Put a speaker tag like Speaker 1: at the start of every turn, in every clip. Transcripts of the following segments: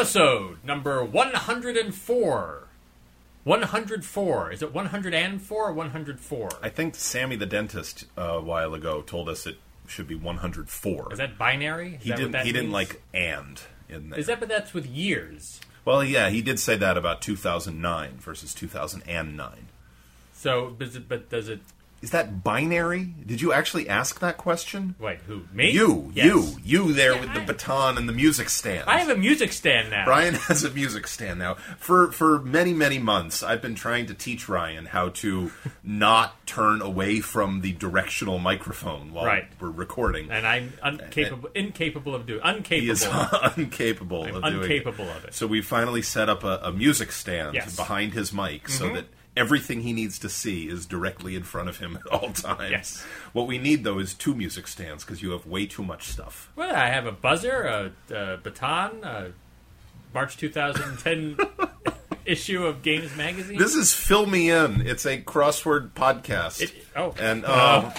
Speaker 1: episode number 104. 104. Is it 104 or 104?
Speaker 2: I think Sammy the dentist uh, a while ago told us it should be 104.
Speaker 1: Is that binary? Is
Speaker 2: he
Speaker 1: that what
Speaker 2: didn't.
Speaker 1: that
Speaker 2: he didn't
Speaker 1: means?
Speaker 2: like and in there.
Speaker 1: Is that but that's with years.
Speaker 2: well, yeah, he did say that about 2009 versus 2009.
Speaker 1: So does it but does it
Speaker 2: Is that binary? Did you actually ask that question?
Speaker 1: wait, who? Me?
Speaker 2: You,
Speaker 1: Yes.
Speaker 2: you, you there
Speaker 1: Yeah,
Speaker 2: with the
Speaker 1: I-
Speaker 2: baton and the music stand.
Speaker 1: I have a music stand now.
Speaker 2: Ryan has a music stand now. For for many many months, I've been trying to teach Ryan how to not turn away from the directional microphone while
Speaker 1: Right.
Speaker 2: we're recording.
Speaker 1: And I'm incapable incapable of doing uncapable.
Speaker 2: he is uncapable of doing
Speaker 1: uncapable of it.
Speaker 2: So we finally set up a, a music stand
Speaker 1: Yes. Mm-hmm.
Speaker 2: behind his mic so that everything he needs to see is directly in front of him at all times.
Speaker 1: Yes.
Speaker 2: What we need though is two music stands because you have way too much stuff.
Speaker 1: Well, I have a buzzer, a, a baton, a March 2010 issue of Games Magazine.
Speaker 2: This is Fill Me In. It's a crossword podcast.
Speaker 1: It- oh.
Speaker 2: And, oh,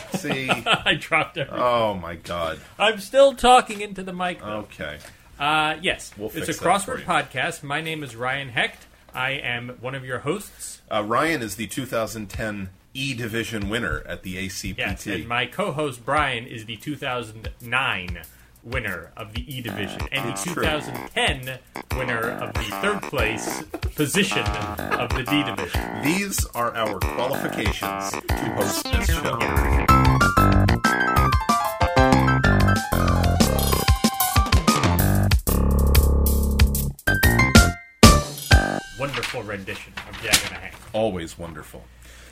Speaker 2: see.
Speaker 1: I dropped it.
Speaker 2: Oh, my God.
Speaker 1: I'm still talking into the
Speaker 2: Oh,
Speaker 1: mic. though.
Speaker 2: Okay.
Speaker 1: Uh, yes,
Speaker 2: We'll
Speaker 1: it's a
Speaker 2: fix that for
Speaker 1: crossword
Speaker 2: you.
Speaker 1: podcast. My name is Ryan Hecht. I am one of your hosts.
Speaker 2: Uh, Ryan is the 2010 E Division winner at the ACPT.
Speaker 1: Yes, and my co-host Brian is the 2009 winner of the E Division and the
Speaker 2: Ah, True.
Speaker 1: 2010 winner of the third place position of the D Division.
Speaker 2: These are our qualifications to host this show.
Speaker 1: Wonderful rendition of Jack and a Hank.
Speaker 2: Always wonderful.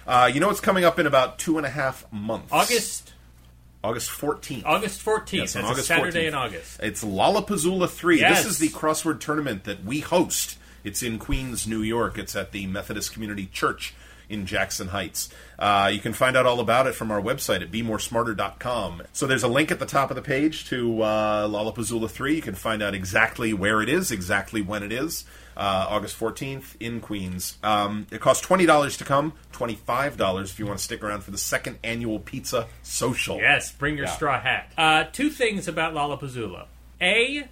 Speaker 2: Uh, you know what's coming up in about two and a half months?
Speaker 1: August
Speaker 2: August 14th.
Speaker 1: August 14th.
Speaker 2: Yes, on
Speaker 1: That's a
Speaker 2: August
Speaker 1: Saturday
Speaker 2: 14th.
Speaker 1: in August.
Speaker 2: It's Lollapazoola 3.
Speaker 1: Yes.
Speaker 2: This is the crossword tournament that we host. It's in Queens, New York. It's at the Methodist Community Church in Jackson Heights. Uh, you can find out all about it from our website at bemoresmarter.com. So there's a link at the top of the page to uh, Lollapazoola 3. You can find out exactly where it is, exactly when it is. Uh, August 14th in Queens. Um, it costs $20 to come, $25 if you want to stick around for the second annual Pizza Social.
Speaker 1: Yes, bring your
Speaker 2: Yeah.
Speaker 1: straw hat. Uh, two things about Lollapuzzoola. A,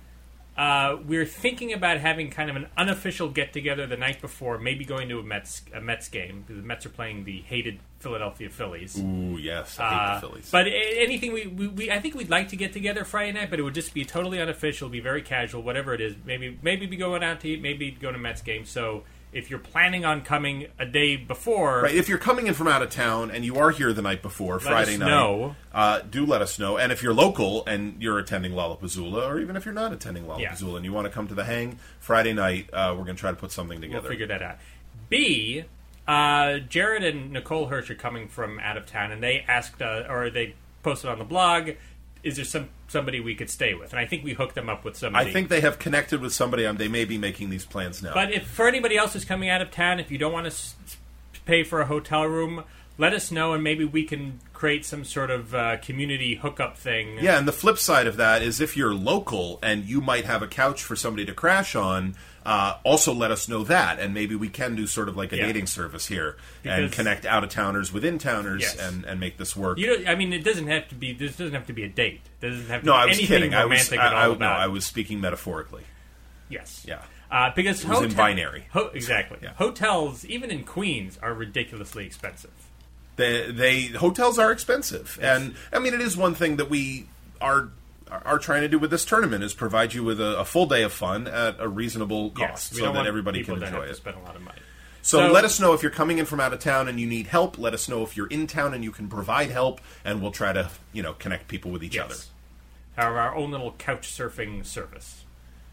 Speaker 1: uh, we're thinking about having kind of an unofficial get together the night before, maybe going to a Mets a Mets game. because The Mets are playing the hated Philadelphia Phillies.
Speaker 2: Ooh, yes. I hate
Speaker 1: Uh,
Speaker 2: the Phillies.
Speaker 1: But a- anything we, we, we I think we'd like to get together Friday night, but it would just be totally unofficial, be very casual, whatever it is. Maybe maybe be going out to eat, maybe go to Mets game. So if you're planning on coming a day before,
Speaker 2: Right, if you're coming in from out of town and you are here the night before Friday
Speaker 1: us
Speaker 2: night,
Speaker 1: know.
Speaker 2: Uh, do let us know. And if you're local and you're attending Lollapuzzoola, or even if you're not attending Lollapuzzoola and you want to come to the hang Friday night, uh, we're going to try to put something
Speaker 1: we'll
Speaker 2: together.
Speaker 1: figure that out. B, uh, Jared and Nicole Hirsch are coming from out of town, and they asked uh, or they posted on the blog, is there some somebody we could stay with? And I think we hooked them up with somebody.
Speaker 2: I think they have connected with somebody. and they may be making these plans now.
Speaker 1: But if for anybody else who's coming out of town, if you don't want to s- s- pay for a hotel room, let us know, and maybe we can create some sort of uh, community hookup thing.
Speaker 2: yeah, and the flip side of that is if you're local and you might have a couch for somebody to crash on, uh, also let us know that, and maybe we can do sort of like a
Speaker 1: Yeah.
Speaker 2: dating service here and
Speaker 1: Because-
Speaker 2: connect out of towners with in towners
Speaker 1: Yes.
Speaker 2: and, and make this work.
Speaker 1: You know, I mean, it doesn't have to be. This doesn't have to be a date. There doesn't have to
Speaker 2: No,
Speaker 1: be
Speaker 2: I was
Speaker 1: anything
Speaker 2: kidding. I was,
Speaker 1: romantic
Speaker 2: I,
Speaker 1: at all
Speaker 2: I, no,
Speaker 1: about. it.
Speaker 2: I was speaking metaphorically.
Speaker 1: Yes.
Speaker 2: Yeah.
Speaker 1: Uh, because
Speaker 2: was in
Speaker 1: hotel-
Speaker 2: binary.
Speaker 1: Ho- exactly.
Speaker 2: Yeah.
Speaker 1: Hotels, even in Queens, are ridiculously expensive.
Speaker 2: They, they hotels are expensive, and I mean it is one thing that we are are trying to do with this tournament is provide you with a, a full day of fun at a reasonable cost,
Speaker 1: Yes, we
Speaker 2: so
Speaker 1: don't
Speaker 2: that
Speaker 1: want
Speaker 2: everybody
Speaker 1: people
Speaker 2: can
Speaker 1: to
Speaker 2: enjoy
Speaker 1: have
Speaker 2: it.
Speaker 1: to spend a lot of money.
Speaker 2: So,
Speaker 1: So-
Speaker 2: let us know if you're coming in from out of town and you need help. Let us know if you're in town and you can provide help, and we'll try to you know connect people with each
Speaker 1: Yes.
Speaker 2: other.
Speaker 1: However, our own little couch surfing service.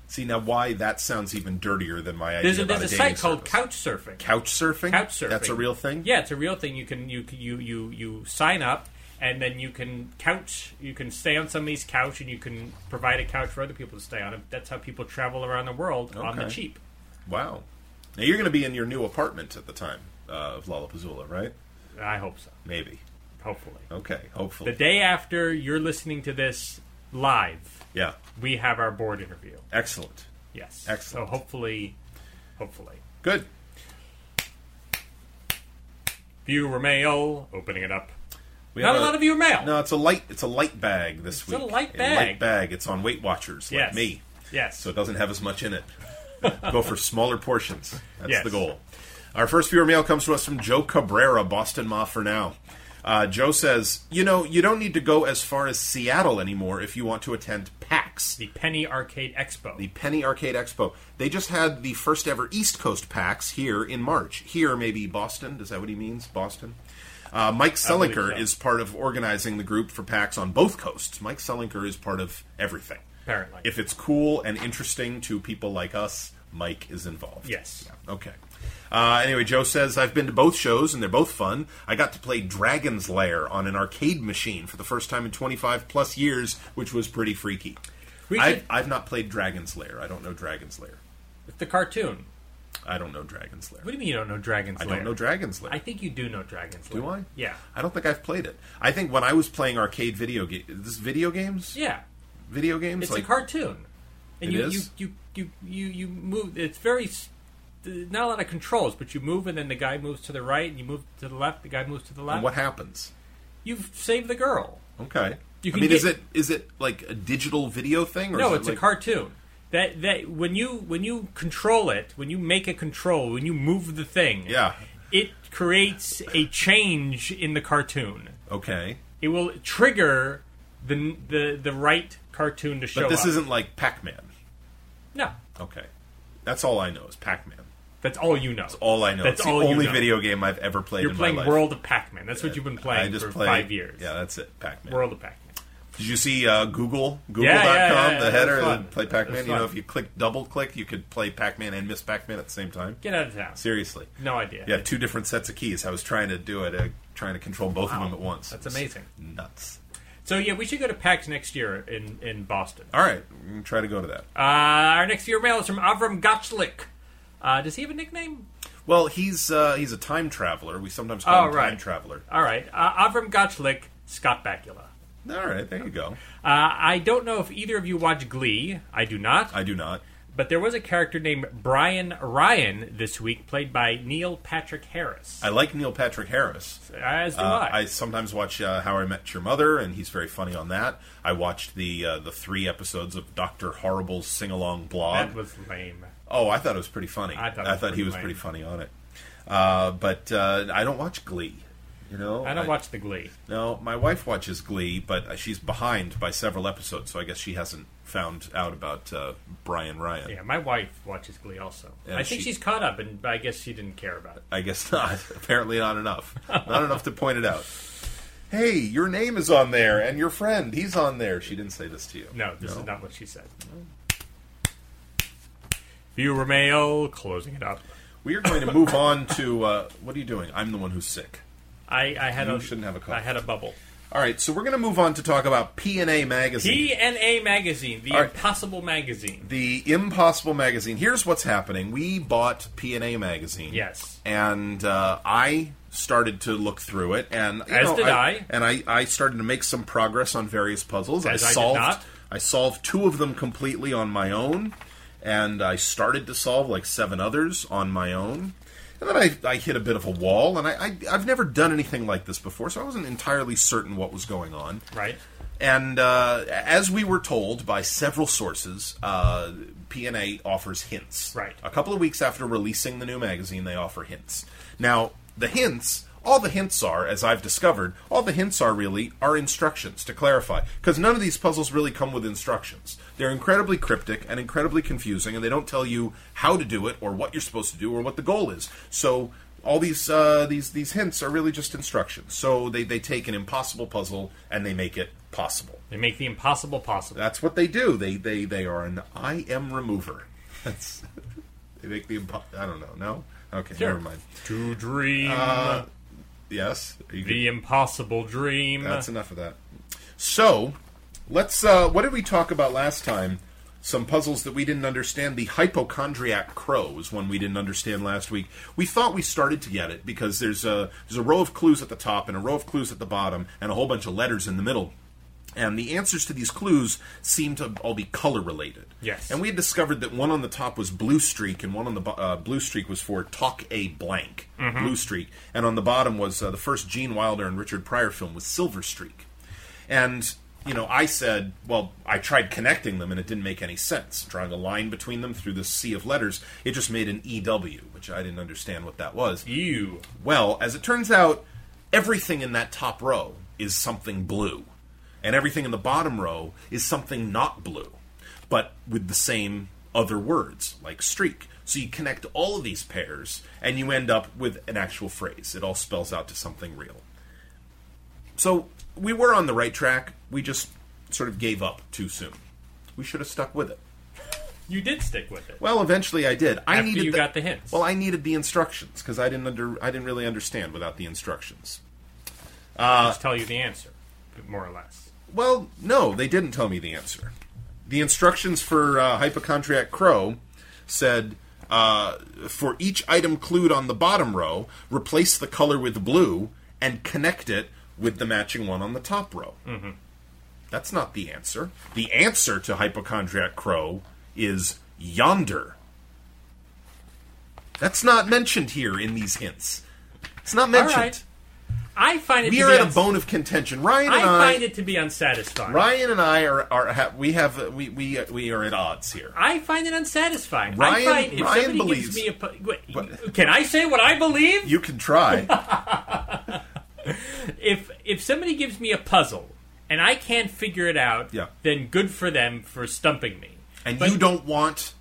Speaker 2: See now why that sounds even dirtier than my idea
Speaker 1: There's a,
Speaker 2: about
Speaker 1: there's a
Speaker 2: dating
Speaker 1: site called
Speaker 2: service.
Speaker 1: Couch Surfing.
Speaker 2: Couch surfing.
Speaker 1: couch surfing.
Speaker 2: That's a real thing.
Speaker 1: Yeah, it's a real thing. You can you you you you sign up and then you can couch you can stay on somebody's couch and you can provide a couch for other people to stay on. That's how people travel around the world on the
Speaker 2: Okay.
Speaker 1: cheap.
Speaker 2: Wow. Now you're going to be in your new apartment at the time uh, of Lollapuzzoola, right?
Speaker 1: I hope so.
Speaker 2: Maybe.
Speaker 1: Hopefully.
Speaker 2: Okay.
Speaker 1: The
Speaker 2: Hopefully.
Speaker 1: day after you're listening to this live,
Speaker 2: Yeah.
Speaker 1: we have our board interview.
Speaker 2: Excellent.
Speaker 1: Yes.
Speaker 2: Excellent.
Speaker 1: So hopefully hopefully.
Speaker 2: Good.
Speaker 1: Viewer mail, opening it up.
Speaker 2: We
Speaker 1: Not a
Speaker 2: have
Speaker 1: lot of viewer mail.
Speaker 2: No, it's a light. It's a light bag this
Speaker 1: not
Speaker 2: week.
Speaker 1: a light bag.
Speaker 2: light bag. It's on Weight Watchers, like
Speaker 1: Yes.
Speaker 2: me.
Speaker 1: Yes.
Speaker 2: So it doesn't have as much in it. Go for smaller portions. That's
Speaker 1: Yes.
Speaker 2: the goal. Our first viewer mail comes to us from Joe Cabrera, Boston Ma for now. Uh, Joe says, You know, you don't need to go as far as Seattle anymore if you want to attend PAX
Speaker 1: The Penny Arcade Expo.
Speaker 2: the Penny Arcade Expo. They just had the first ever East Coast PAX here in March. Here, maybe Boston. Is that what he means? Boston. Uh, Mike
Speaker 1: believe
Speaker 2: Selinker
Speaker 1: so.
Speaker 2: is part of organizing the group for PAX on both coasts. Mike Selinker is part of everything.
Speaker 1: Apparently.
Speaker 2: If it's cool and interesting to people like us, Mike is involved.
Speaker 1: Yes.
Speaker 2: Yeah, Okay. Uh, anyway, Joe says I've been to both shows and they're both fun. I got to play Dragon's Lair on an arcade machine for the first time in 25 plus years, which was pretty freaky.
Speaker 1: We
Speaker 2: I've,
Speaker 1: should-
Speaker 2: I've not played Dragon's Lair. I don't know Dragon's Lair.
Speaker 1: It's the cartoon.
Speaker 2: I don't know Dragon's Lair.
Speaker 1: What do you mean you don't know Dragon's
Speaker 2: I
Speaker 1: Lair?
Speaker 2: don't know Dragon's Lair.
Speaker 1: I think you do know Dragon's Lair.
Speaker 2: Do I?
Speaker 1: Yeah.
Speaker 2: I don't think I've played it. I think when I was playing arcade video games, this video games,
Speaker 1: Yeah.
Speaker 2: video games,
Speaker 1: It's
Speaker 2: like
Speaker 1: a cartoon. And
Speaker 2: It
Speaker 1: you,
Speaker 2: is?
Speaker 1: you you you you you move it's very s- not a lot of controls, but you move and then the guy moves to the right and you move to the left, the guy moves to the left.
Speaker 2: and what happens?
Speaker 1: You've saved the girl.
Speaker 2: Okay.
Speaker 1: You
Speaker 2: I
Speaker 1: can
Speaker 2: mean, is
Speaker 1: get-
Speaker 2: it is it like a digital video thing? Or is
Speaker 1: No,
Speaker 2: it
Speaker 1: it's
Speaker 2: like-
Speaker 1: a cartoon. That that when you when you control it, when you make a control, when you move the thing,
Speaker 2: Yeah.
Speaker 1: it creates a change in the cartoon.
Speaker 2: Okay.
Speaker 1: It will trigger the the the right cartoon to show
Speaker 2: But this
Speaker 1: up.
Speaker 2: isn't like Pac-Man.
Speaker 1: no.
Speaker 2: Okay. That's all I know is Pac-Man.
Speaker 1: That's all you know. That's
Speaker 2: All I know.
Speaker 1: That's
Speaker 2: it's the
Speaker 1: all you
Speaker 2: only
Speaker 1: know.
Speaker 2: video game I've ever played
Speaker 1: You're
Speaker 2: in
Speaker 1: playing
Speaker 2: my life.
Speaker 1: World of Pac-Man. That's what you've been playing
Speaker 2: I just
Speaker 1: for
Speaker 2: played
Speaker 1: five years.
Speaker 2: Yeah, that's it. Pac-Man.
Speaker 1: World of Pac-Man.
Speaker 2: Did you see uh, Google? Google.com,
Speaker 1: yeah, yeah,
Speaker 2: the
Speaker 1: yeah,
Speaker 2: header,
Speaker 1: that's fun.
Speaker 2: play Pac Man?
Speaker 1: That's
Speaker 2: You know,
Speaker 1: fun.
Speaker 2: if you click double click, you could play Pac Man and Miss Pac Man at the same time?
Speaker 1: Get out of town.
Speaker 2: Seriously.
Speaker 1: No idea.
Speaker 2: Yeah, two different sets of keys. I was trying to do it, uh, trying to control both of them at once.
Speaker 1: That's
Speaker 2: It was
Speaker 1: amazing.
Speaker 2: Nuts.
Speaker 1: So yeah, we should go to PAX next year in in Boston.
Speaker 2: All right, I'm gonna try to go to that.
Speaker 1: Uh, our next viewer mail is from Avram Gotchlik. Uh, does he have a nickname?
Speaker 2: well, he's uh, he's a time traveler. We sometimes call
Speaker 1: Oh,
Speaker 2: him time
Speaker 1: right.
Speaker 2: traveler.
Speaker 1: All right, uh, Avram Gotchlik, Scott Bakula.
Speaker 2: All right, there you go.
Speaker 1: Uh, I don't know if either of you watch Glee. I do not.
Speaker 2: I do not.
Speaker 1: But there was a character named Brian Ryan this week, played by Neil Patrick Harris.
Speaker 2: I like Neil Patrick Harris.
Speaker 1: As do
Speaker 2: Uh,
Speaker 1: I.
Speaker 2: I sometimes watch uh, How I Met Your Mother, and he's very funny on that. I watched the uh, the three episodes of Doctor Horrible's sing along blog.
Speaker 1: That was lame.
Speaker 2: oh, I thought it was pretty funny.
Speaker 1: I thought it was
Speaker 2: he
Speaker 1: pretty
Speaker 2: was
Speaker 1: lame.
Speaker 2: pretty funny on it. Uh, but uh, I don't watch Glee. You know,
Speaker 1: I don't watch the Glee.
Speaker 2: No, my wife watches Glee, but uh, she's behind by several episodes, so I guess she hasn't found out about uh, Brian Ryan.
Speaker 1: Yeah, my wife watches Glee also.
Speaker 2: Yeah,
Speaker 1: I think
Speaker 2: she-
Speaker 1: she's caught up, and but I guess she didn't care about it.
Speaker 2: I guess not. Apparently not enough. Not enough to point it out. Hey, your name is on there, and your friend, he's on there. She didn't say this to you.
Speaker 1: No, this is not what she said. Viewer mail, closing it up.
Speaker 2: We are going to move on to uh, what are you doing? I'm the one who's sick.
Speaker 1: I, I had
Speaker 2: You
Speaker 1: a
Speaker 2: shouldn't have a cough.
Speaker 1: I had a bubble.
Speaker 2: All right, so we're going to move on to talk about P and A magazine.
Speaker 1: DNA magazine, the
Speaker 2: All right.
Speaker 1: impossible magazine.
Speaker 2: the Impossible magazine. Here's what's happening. We bought P and A magazine.
Speaker 1: Yes.
Speaker 2: And uh, I started to look through it, and you
Speaker 1: As
Speaker 2: know,
Speaker 1: did I.
Speaker 2: And I, I started to make some progress on various puzzles.
Speaker 1: As I
Speaker 2: I
Speaker 1: did
Speaker 2: solved.
Speaker 1: not.
Speaker 2: I solved two of them completely on my own, and I started to solve like seven others on my own. And then I, I hit a bit of a wall, and I, I I've never done anything like this before, so I wasn't entirely certain what was going on.
Speaker 1: Right.
Speaker 2: And uh, as we were told by several sources, uh, PNA offers hints.
Speaker 1: Right.
Speaker 2: A couple of weeks after releasing the new magazine, they offer hints. Now, the hints, all the hints are, as I've discovered, all the hints are really are instructions to clarify. Because none of these puzzles really come with instructions. They're incredibly cryptic and incredibly confusing, and they don't tell you how to do it or what you're supposed to do or what the goal is. So all these uh, these these hints are really just instructions. So they, they take an impossible puzzle and they make it possible.
Speaker 1: They make the impossible possible.
Speaker 2: That's what they do. They they they are an I am remover. That's they make the impo- I don't know. No. Okay.
Speaker 1: Sure.
Speaker 2: Never mind.
Speaker 1: to dream
Speaker 2: Yes. Are you
Speaker 1: the impossible dream.
Speaker 2: That's enough of that. So, let's. Uh, what did we talk about last time? Some puzzles that we didn't understand. The hypochondriac crow was one we didn't understand last week. We thought we started to get it because there's a there's a row of clues at the top and a row of clues at the bottom and a whole bunch of letters in the middle. And the answers to these clues seem to all be color related.
Speaker 1: Yes.
Speaker 2: And we had discovered that one on the top was blue streak, and one on the bo- uh, blue streak was for talk a blank, blue streak, and on the bottom was uh, the first Gene Wilder and Richard Pryor film was Silver Streak, and you know, I said, well, I tried connecting them and it didn't make any sense. Drawing a line between them through the sea of letters, it just made an EW, which I didn't understand what that was.
Speaker 1: Ew.
Speaker 2: Well, as it turns out, everything in that top row is something blue, and everything in the bottom row is something not blue, but with the same other words, like streak. So you connect all of these pairs, and you end up with an actual phrase. It all spells out to something real. So we were on the right track. We just sort of gave up too soon. We should have stuck with it.
Speaker 1: You did stick with it.
Speaker 2: Well, eventually I did. I
Speaker 1: After
Speaker 2: needed
Speaker 1: you got the hints.
Speaker 2: Well, I needed the instructions because I didn't under I didn't really understand without the instructions. Uh,
Speaker 1: Just tell you the answer, more or less.
Speaker 2: Well, no, they didn't tell me the answer. The instructions for uh, Hypochondriac Crow said uh, for each item clued on the bottom row, replace the color with blue and connect it with the matching one on the top row. Mm-hmm. That's not the answer. The answer to Hypochondriac Crow is yonder. That's not mentioned here in these hints. It's not
Speaker 1: All
Speaker 2: mentioned.
Speaker 1: right. I find it.
Speaker 2: We
Speaker 1: to
Speaker 2: are
Speaker 1: be
Speaker 2: at a
Speaker 1: uns-
Speaker 2: bone of contention. Ryan
Speaker 1: I
Speaker 2: and I,
Speaker 1: find it to be unsatisfying.
Speaker 2: Ryan and I are, are ha- we have uh, we we uh, we are at odds here.
Speaker 1: I find it unsatisfying.
Speaker 2: Ryan-
Speaker 1: I find if
Speaker 2: Ryan
Speaker 1: somebody
Speaker 2: believes-
Speaker 1: gives me a pu- wait, can I say what I believe?
Speaker 2: You can try.
Speaker 1: if if somebody gives me a puzzle and I can't figure it out,
Speaker 2: Yeah.
Speaker 1: then good for them for stumping me.
Speaker 2: and
Speaker 1: But-
Speaker 2: you don't want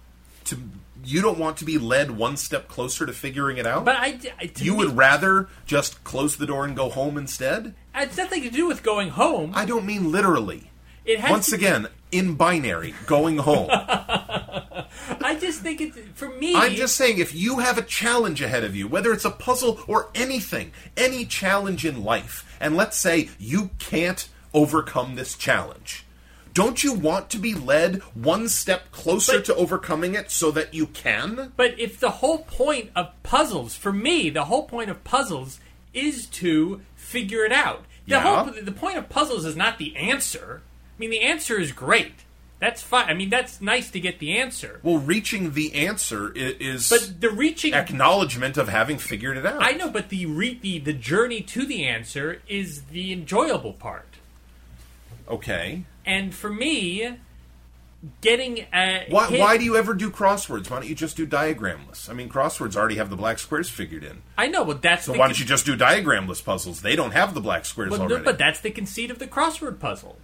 Speaker 2: to you don't want to be led one step closer to figuring it out.
Speaker 1: But I, I- to
Speaker 2: you
Speaker 1: me,
Speaker 2: would rather just close the door and go home instead?
Speaker 1: It's nothing to do with going home.
Speaker 2: I don't mean literally.
Speaker 1: It has
Speaker 2: Once
Speaker 1: to-
Speaker 2: again, in binary, going home.
Speaker 1: I just think it's for me.
Speaker 2: I'm just saying, if you have a challenge ahead of you, whether it's a puzzle or anything, any challenge in life, and let's say you can't overcome this challenge, don't you want to be led one step closer
Speaker 1: But-
Speaker 2: to overcoming it so that you can?
Speaker 1: But if the whole point of puzzles, for me, the whole point of puzzles is to figure it out. The
Speaker 2: Yeah.
Speaker 1: whole the point of puzzles is not the answer. I mean, the answer is great. That's fine. I mean, that's nice to get the answer.
Speaker 2: Well, reaching the answer i- is
Speaker 1: But the reaching,
Speaker 2: acknowledgement of having figured it out.
Speaker 1: I know, but the, re- the the journey to the answer is the enjoyable part.
Speaker 2: Okay.
Speaker 1: And for me, getting a
Speaker 2: Why,
Speaker 1: hit-
Speaker 2: why do you ever do crosswords? Why don't you just do diagramless? I mean, crosswords already have the black squares figured in.
Speaker 1: I know, but that's
Speaker 2: So
Speaker 1: the
Speaker 2: why
Speaker 1: con-
Speaker 2: don't you just do diagramless puzzles? They don't have the black squares
Speaker 1: but,
Speaker 2: already.
Speaker 1: but that's the conceit of the crossword puzzle.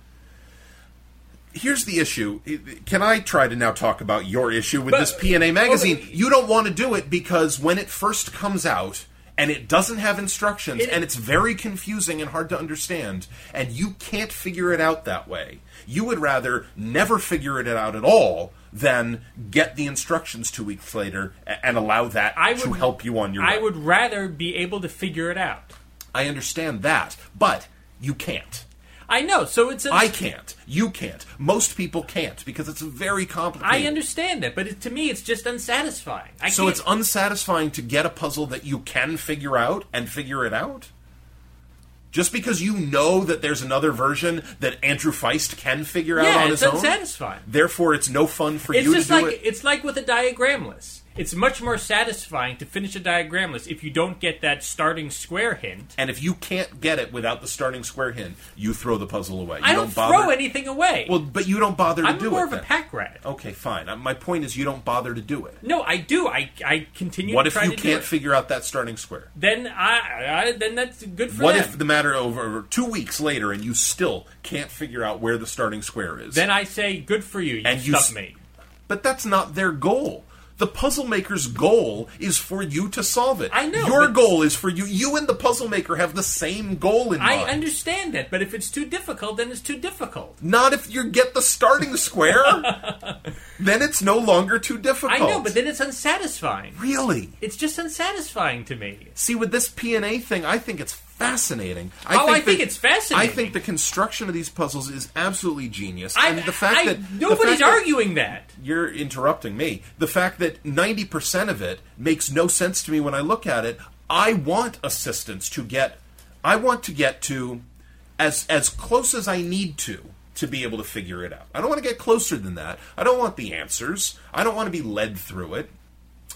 Speaker 2: here's the issue. Can I try to now talk about your issue with
Speaker 1: But-
Speaker 2: this PNA magazine?
Speaker 1: okay.
Speaker 2: You don't want to do it because when it first comes out and it doesn't have instructions
Speaker 1: It-
Speaker 2: and it's very confusing and hard to understand and you can't figure it out that way. You would rather never figure it out at all than get the instructions 2 weeks later a- and allow that
Speaker 1: I
Speaker 2: to
Speaker 1: would-
Speaker 2: help you on your
Speaker 1: I
Speaker 2: way.
Speaker 1: would rather be able to figure it out.
Speaker 2: I understand that, but you can't.
Speaker 1: I know. So it's. A,
Speaker 2: I can't. You can't. Most people can't because it's very complicated.
Speaker 1: I understand that, but it, to me, it's just unsatisfying. I
Speaker 2: So
Speaker 1: can't-
Speaker 2: it's unsatisfying to get a puzzle that you can figure out and figure it out? Just because you know that there's another version that Andrew Feist can figure out
Speaker 1: yeah,
Speaker 2: on
Speaker 1: it's
Speaker 2: his own?
Speaker 1: unsatisfying.
Speaker 2: Therefore, it's no fun for
Speaker 1: It's
Speaker 2: you to
Speaker 1: just
Speaker 2: do
Speaker 1: like
Speaker 2: it.
Speaker 1: it's like with a diagramless. It's much more satisfying to finish a diagramless if you don't get that starting square hint.
Speaker 2: And if you can't get it without the starting square hint, you throw the puzzle away. You
Speaker 1: I don't,
Speaker 2: bother.
Speaker 1: throw anything away.
Speaker 2: Well, but you don't bother
Speaker 1: I'm
Speaker 2: to do
Speaker 1: more
Speaker 2: it.
Speaker 1: of a
Speaker 2: then.
Speaker 1: pack rat.
Speaker 2: Okay, fine. Uh, My point is, you don't bother to do it.
Speaker 1: No, I do. I I continue.
Speaker 2: What
Speaker 1: to
Speaker 2: if
Speaker 1: try
Speaker 2: you
Speaker 1: to do
Speaker 2: can't
Speaker 1: it.
Speaker 2: figure out that starting square?
Speaker 1: Then I, I then that's good for
Speaker 2: What
Speaker 1: them.
Speaker 2: if the matter over, over two weeks later and you still can't figure out where the starting square is?
Speaker 1: then I say good for you. You
Speaker 2: And you
Speaker 1: stuck
Speaker 2: s-
Speaker 1: me.
Speaker 2: But that's not their goal. The puzzle maker's goal is for you to solve it.
Speaker 1: I know,
Speaker 2: Your
Speaker 1: but-
Speaker 2: goal is for you. You and the puzzle maker have the same goal in
Speaker 1: I
Speaker 2: mind.
Speaker 1: understand that, but if it's too difficult, then it's too difficult.
Speaker 2: Not if you get the starting square. then it's no longer too difficult.
Speaker 1: I know, but then it's unsatisfying.
Speaker 2: really.
Speaker 1: It's just unsatisfying to me.
Speaker 2: See, with this PNA thing, I think it's fascinating.
Speaker 1: Oh, I think
Speaker 2: that-
Speaker 1: it's fascinating.
Speaker 2: I think the construction of these puzzles is absolutely genius.
Speaker 1: I,
Speaker 2: and the fact
Speaker 1: I-
Speaker 2: that the
Speaker 1: nobody's
Speaker 2: fact that-
Speaker 1: arguing that.
Speaker 2: you're interrupting me. The fact that 90% of it makes no sense to me when I look at it, I want assistance to get I want to get to as as close as I need to to be able to figure it out. I don't want to get closer than that. I don't want the answers. I don't want to be led through it.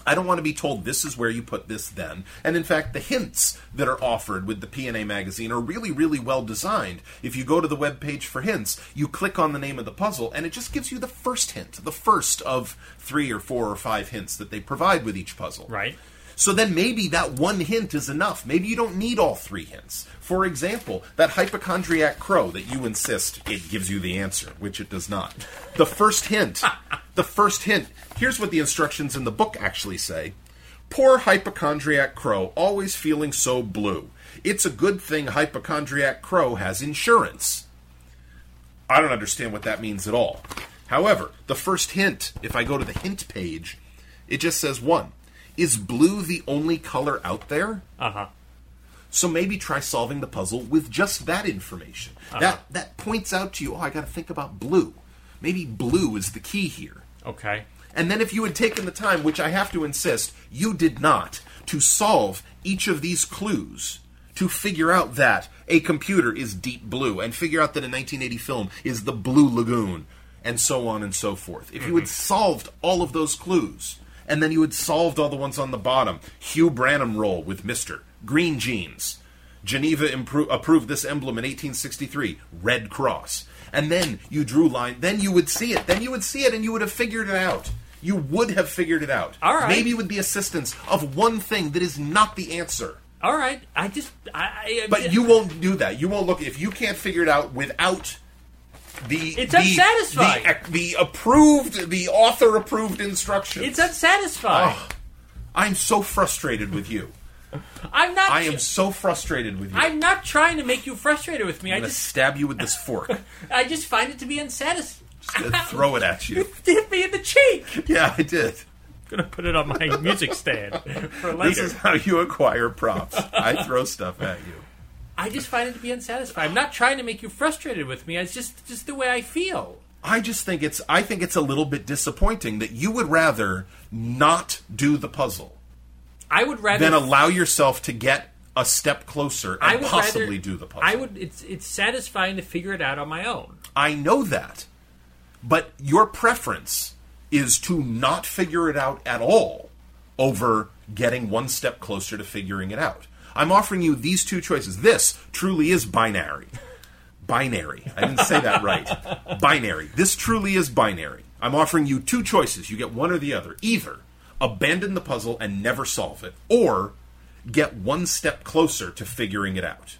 Speaker 2: I don't want to be told this is where you put this then. And in fact, the hints that are offered with the PNA magazine are really, really well designed. If you go to the web page for hints, you click on the name of the puzzle, and it just gives you the first hint, the first of three or four or five hints that they provide with each puzzle.
Speaker 1: Right.
Speaker 2: So then maybe that one hint is enough. Maybe you don't need all three hints. For example, that hypochondriac crow that you insist it gives you the answer, which it does not. The first hint, the first hint, here's what the instructions in the book actually say. Poor hypochondriac crow, always feeling so blue. It's a good thing hypochondriac crow has insurance. I don't understand what that means at all. However, the first hint, if I go to the hint page, it just says one. Is blue the only color out there?
Speaker 1: Uh huh.
Speaker 2: So maybe try solving the puzzle with just that information. That that points out to you, oh, I got to think about blue. Maybe blue is the key here.
Speaker 1: Okay.
Speaker 2: And then if you had taken the time, which I have to insist, you did not, to solve each of these clues, to figure out that a computer is deep blue, and figure out that a 1980 film is the Blue Lagoon, and so on and so forth. If you had solved all of those clues, and then you had solved all the ones on the bottom, Hugh Branham roll with Mr. Green Jeans. Geneva impro- approved this emblem in 1863, Red Cross. And then you drew line, then you would see it, then you would see it, and you would have figured it out. You would have figured it out.
Speaker 1: All right.
Speaker 2: Maybe with the assistance of one thing that is not the answer.
Speaker 1: All right. I just. I, I
Speaker 2: But you won't do that. You won't look if you can't figure it out without the
Speaker 1: It's
Speaker 2: the,
Speaker 1: unsatisfying.
Speaker 2: The, the approved, the author approved instructions.
Speaker 1: It's unsatisfying.
Speaker 2: I'm so frustrated with you.
Speaker 1: I'm not.
Speaker 2: I am so frustrated with you.
Speaker 1: I'm not trying to make you frustrated with me. I
Speaker 2: I'm gonna
Speaker 1: just.
Speaker 2: stab you with this fork.
Speaker 1: I just find it to be unsatisfying.
Speaker 2: Gonna throw it at you.
Speaker 1: Hit me in the cheek.
Speaker 2: Yeah, I did.
Speaker 1: gonna put it on my music stand for later.
Speaker 2: This is how you acquire props. I throw stuff at you.
Speaker 1: I just find it to be unsatisfying. I'm not trying to make you frustrated with me. It's just just the way I feel.
Speaker 2: I just think it's I think it's a little bit disappointing that you would rather not do the puzzle
Speaker 1: I would rather
Speaker 2: than allow yourself to get a step closer
Speaker 1: I
Speaker 2: and
Speaker 1: would
Speaker 2: possibly
Speaker 1: rather,
Speaker 2: do the puzzle.
Speaker 1: I would. It's it's satisfying to figure it out on my own.
Speaker 2: I know that. But your preference is to not figure it out at all over getting one step closer to figuring it out. I'm offering you these two choices. This truly is binary. Binary. I didn't say that right. binary. This truly is binary. I'm offering you two choices. You get one or the other. Either abandon the puzzle and never solve it, or get one step closer to figuring it out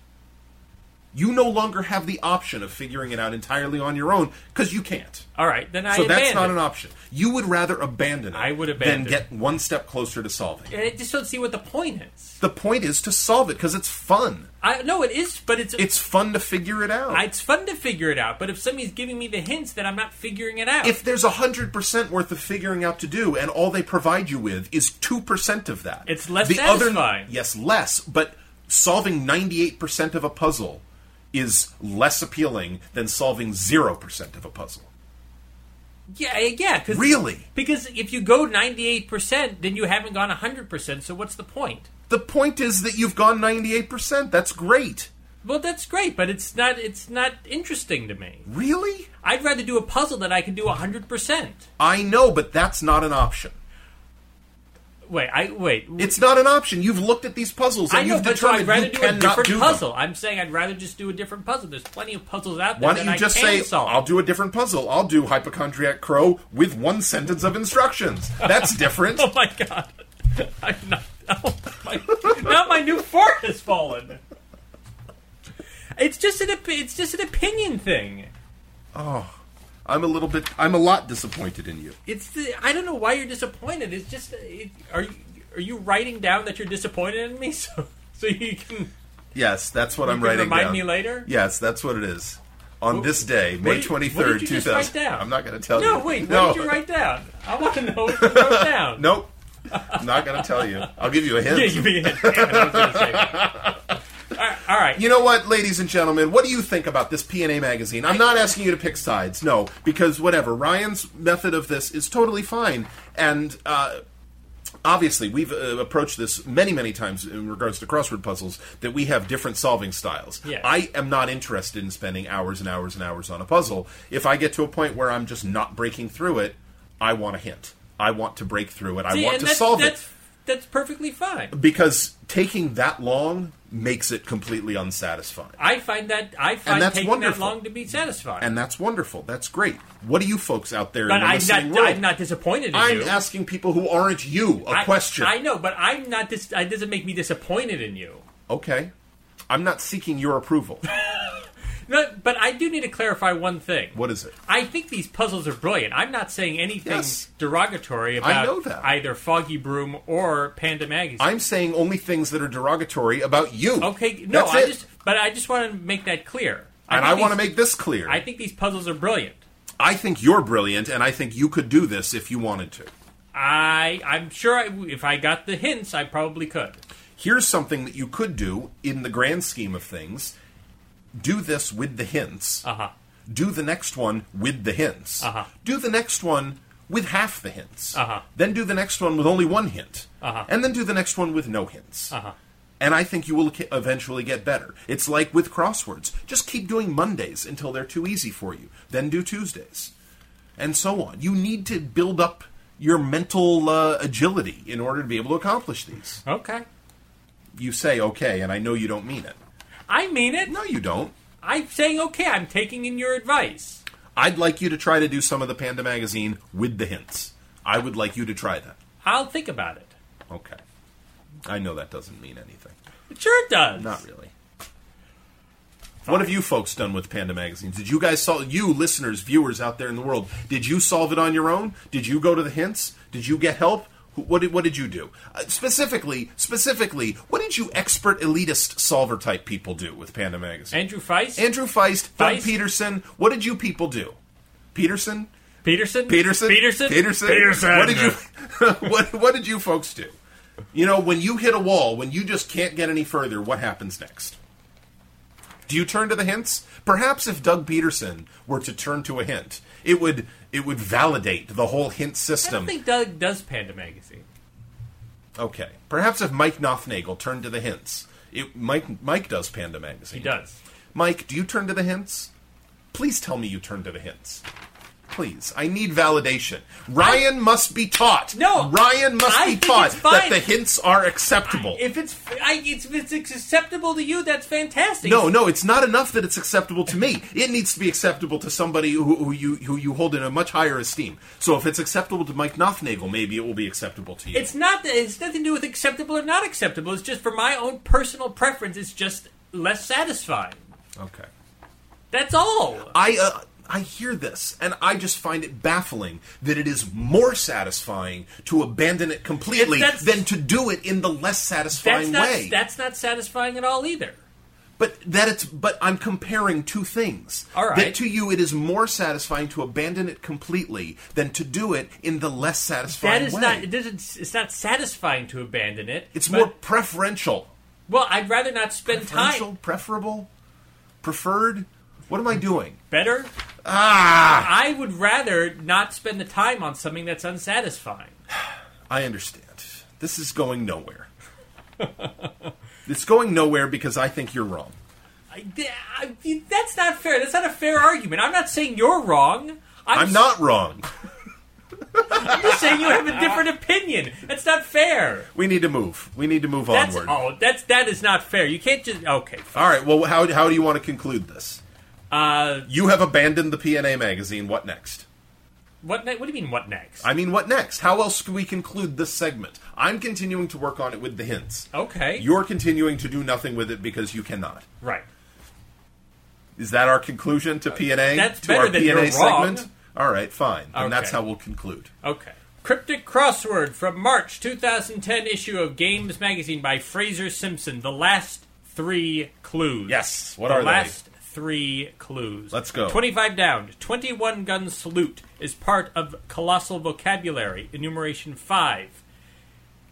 Speaker 2: you no longer have the option of figuring it out entirely on your own because you can't.
Speaker 1: All right, then I
Speaker 2: so that's
Speaker 1: abandon.
Speaker 2: not an option. You would rather abandon it
Speaker 1: I would abandon.
Speaker 2: than get one step closer to solving it.
Speaker 1: I just don't see what the point is.
Speaker 2: The point is to solve it because it's fun.
Speaker 1: I no, it is, but it's
Speaker 2: It's fun to figure it out.
Speaker 1: it's fun to figure it out. But if somebody's giving me the hints, then I'm not figuring it out.
Speaker 2: if there's 100% worth of figuring out to do and all they provide you with is 2% of that,
Speaker 1: It's less
Speaker 2: the other-
Speaker 1: satisfying.
Speaker 2: yes, less, but solving 98% of a puzzle is less appealing than solving 0% of a puzzle.
Speaker 1: yeah, yeah, 'cause-
Speaker 2: Really?
Speaker 1: because if you go 98 percent, then you haven't gone 100 percent. So what's the point?
Speaker 2: The point is that you've gone 98%. That's great.
Speaker 1: Well, that's great, but it's not it's not interesting to me.
Speaker 2: Really?
Speaker 1: I'd rather do a puzzle that I can do 100 percent.
Speaker 2: I know, but that's not an option.
Speaker 1: Wait, I wait.
Speaker 2: It's not an option. You've looked at these puzzles and
Speaker 1: I know,
Speaker 2: you've
Speaker 1: but so I'd
Speaker 2: determined
Speaker 1: rather
Speaker 2: you
Speaker 1: do a
Speaker 2: cannot
Speaker 1: different
Speaker 2: do them.
Speaker 1: puzzle. I'm saying I'd rather just do a different puzzle. There's plenty of puzzles out there
Speaker 2: Why don't
Speaker 1: that I
Speaker 2: you just
Speaker 1: can
Speaker 2: say,
Speaker 1: solve.
Speaker 2: I'll do a different puzzle. I'll do Hypochondriac Crow with one sentence of instructions. That's different.
Speaker 1: oh my god! I'm not. Oh my, now my new fort has fallen. It's just an op- it's just an opinion thing.
Speaker 2: I'm a little bit, I'm a lot disappointed in you.
Speaker 1: It's the, I don't know why you're disappointed. It's just it, are you are you writing down that you're disappointed in me so so you can
Speaker 2: Yes, that's what I'm
Speaker 1: can
Speaker 2: writing
Speaker 1: remind
Speaker 2: down.
Speaker 1: me later?
Speaker 2: Yes, that's what it is. On this day, May
Speaker 1: did- what did you
Speaker 2: 23rd,
Speaker 1: just write
Speaker 2: 2000.
Speaker 1: down?
Speaker 2: I'm not going to tell you.
Speaker 1: No, wait. What
Speaker 2: No.
Speaker 1: did you write down? I want to know what you wrote down.
Speaker 2: Nope. I'm not going to tell you. I'll give you a hint.
Speaker 1: Yeah, you mean it. Damn it, I was gonna say that. All right, all right.
Speaker 2: You know what, ladies and gentlemen, what do you think about this PNA magazine? I'm not asking you to pick sides, no, because whatever. Ryan's method of this is totally fine, and uh, obviously we've uh, approached this many, many times in regards to crossword puzzles that we have different solving styles.
Speaker 1: Yes.
Speaker 2: I am not interested in spending hours and hours and hours on a puzzle. If I get to a point where I'm just not breaking through it, I want a hint. I want to break through it. I
Speaker 1: See,
Speaker 2: want
Speaker 1: and
Speaker 2: to
Speaker 1: that's,
Speaker 2: solve
Speaker 1: that's,
Speaker 2: it.
Speaker 1: That's perfectly fine.
Speaker 2: Because taking that long makes it completely unsatisfying.
Speaker 1: I find that I find
Speaker 2: that's
Speaker 1: taking
Speaker 2: wonderful.
Speaker 1: that long to be satisfying.
Speaker 2: And that's wonderful. That's great. What do you folks out there in
Speaker 1: but
Speaker 2: the
Speaker 1: I'm
Speaker 2: listening
Speaker 1: not.
Speaker 2: world?
Speaker 1: I'm not disappointed in
Speaker 2: I'm
Speaker 1: you.
Speaker 2: asking people who aren't you a
Speaker 1: I-
Speaker 2: question.
Speaker 1: I know, but I'm not. Dis- it doesn't make me disappointed in you.
Speaker 2: okay. I'm not seeking your approval.
Speaker 1: No, but I do need to clarify one thing.
Speaker 2: What is it?
Speaker 1: I think these puzzles are brilliant. I'm not saying anything
Speaker 2: Yes.
Speaker 1: derogatory about
Speaker 2: know that.
Speaker 1: either Foggy Broom or Panda Magazine.
Speaker 2: I'm saying only things that are derogatory about you.
Speaker 1: okay, no,
Speaker 2: That's
Speaker 1: I
Speaker 2: it.
Speaker 1: just but I just want to make that clear. think
Speaker 2: and I want to
Speaker 1: these-
Speaker 2: make this clear.
Speaker 1: I think these puzzles are brilliant.
Speaker 2: I think you're brilliant, and I think you could do this if you wanted to.
Speaker 1: I I'm sure I, if I got the hints, I probably could.
Speaker 2: Here's something that you could do in the grand scheme of things. Do this with the hints.
Speaker 1: Uh huh.
Speaker 2: Do the next one with the hints.
Speaker 1: Uh-huh.
Speaker 2: Do the next one with half the hints.
Speaker 1: Uh-huh.
Speaker 2: Then do the next one with only one hint.
Speaker 1: Uh-huh.
Speaker 2: And then do the next one with no hints.
Speaker 1: Uh huh.
Speaker 2: And I think you will ca- eventually get better. It's like with crosswords. Just keep doing Mondays until they're too easy for you. Then do Tuesdays. And so on. You need to build up your mental uh, agility in order to be able to accomplish these.
Speaker 1: Okay.
Speaker 2: You say okay, and I know you don't mean it.
Speaker 1: I mean it.
Speaker 2: No, you don't.
Speaker 1: I'm saying okay. I'm taking in your advice.
Speaker 2: I'd like you to try to do some of the Panda Magazine with the hints. I would like you to try that.
Speaker 1: I'll think about it.
Speaker 2: Okay. I know that doesn't mean anything.
Speaker 1: Sure, it does.
Speaker 2: Not really. What have you folks done with Panda magazines? Did you guys solve you listeners, viewers out there in the world? Did you solve it on your own? Did you go to the hints? Did you get help? Who- What did what did you do uh, specifically? Specifically, what did you expert elitist solver type people do with Panda magazine?
Speaker 1: Andrew Feist,
Speaker 2: Andrew Feist, Doug
Speaker 1: Feist?
Speaker 2: Peterson. What did you people do? Peterson,
Speaker 1: Peterson,
Speaker 2: Peterson,
Speaker 1: Peterson,
Speaker 2: Peterson, What did you? what What did you folks do? You know, when you hit a wall, when you just can't get any further, what happens next? Do you turn to the hints? Perhaps if Doug Peterson were to turn to a hint, it would it would validate the whole hint
Speaker 1: I don't
Speaker 2: system.
Speaker 1: think Doug does Panda Magazine.
Speaker 2: Okay. Perhaps if Mike Nothnagel turned to the hints, it Mike Mike does Panda Magazine.
Speaker 1: He does.
Speaker 2: Mike, do you turn to the hints? Please tell me you turn to the hints. Please, I need validation. Ryan must be taught.
Speaker 1: No,
Speaker 2: Ryan must
Speaker 1: I
Speaker 2: be
Speaker 1: think
Speaker 2: taught
Speaker 1: it's
Speaker 2: that
Speaker 1: fine.
Speaker 2: the hints are acceptable.
Speaker 1: If it's I, it's if it's acceptable to you, that's fantastic.
Speaker 2: no, no, it's not enough that it's acceptable to me. It needs to be acceptable to somebody who, who you who you hold in a much higher esteem. So if it's acceptable to Mike Nothnagel, maybe it will be acceptable to you.
Speaker 1: it's not. that- It's nothing to do with acceptable or not acceptable. It's just for my own personal preference. It's just less satisfying.
Speaker 2: okay.
Speaker 1: That's all.
Speaker 2: I uh, I hear this, and I just find it baffling that it is more satisfying to abandon it completely
Speaker 1: It- that's-
Speaker 2: than to do it in the less
Speaker 1: That's
Speaker 2: satisfying
Speaker 1: not.
Speaker 2: way.
Speaker 1: That's not satisfying at all either.
Speaker 2: but that it's but I'm comparing two things.
Speaker 1: All right.
Speaker 2: That to you it is more satisfying to abandon it completely than to do it in the less satisfying
Speaker 1: That is
Speaker 2: way.
Speaker 1: not. It doesn't. It's not satisfying to abandon it.
Speaker 2: it's
Speaker 1: but-
Speaker 2: more preferential.
Speaker 1: Well, I'd rather not spend
Speaker 2: Preferential,
Speaker 1: time.
Speaker 2: preferable, preferred. What am I doing?
Speaker 1: Better.
Speaker 2: Ah,
Speaker 1: I would rather not spend the time on something that's unsatisfying.
Speaker 2: I understand. This is going nowhere. it's going nowhere because I think you're wrong.
Speaker 1: I, I- that's not fair. That's not a fair argument. I'm not saying you're wrong. I'm,
Speaker 2: I'm not wrong.
Speaker 1: just saying you have a different opinion. That's not fair.
Speaker 2: We need to move. We need to move
Speaker 1: That's
Speaker 2: onward.
Speaker 1: oh, that's that is not fair. You can't just okay.
Speaker 2: All right. Well, how, how do you want to conclude this?
Speaker 1: Uh,
Speaker 2: You have abandoned the PNA magazine. What next?
Speaker 1: what ne- what do you mean? What next?
Speaker 2: I mean, what next? How else can we conclude this segment? I'm continuing to work on it with the hints.
Speaker 1: okay,
Speaker 2: You're continuing to do nothing with it because you cannot.
Speaker 1: right.
Speaker 2: Is that our conclusion to PNA?
Speaker 1: That's
Speaker 2: to
Speaker 1: better
Speaker 2: our
Speaker 1: than
Speaker 2: PNA
Speaker 1: you're wrong.
Speaker 2: segment? All right, fine. And that's
Speaker 1: Okay.
Speaker 2: how we'll conclude.
Speaker 1: Okay. Cryptic crossword from March 2010 issue of Games Magazine by Fraser Simpson. The last three clues.
Speaker 2: Yes. What
Speaker 1: the
Speaker 2: are they?
Speaker 1: last three clues.
Speaker 2: Let's go.
Speaker 1: 25 down. 21 gun salute is part of colossal vocabulary. Enumeration 5.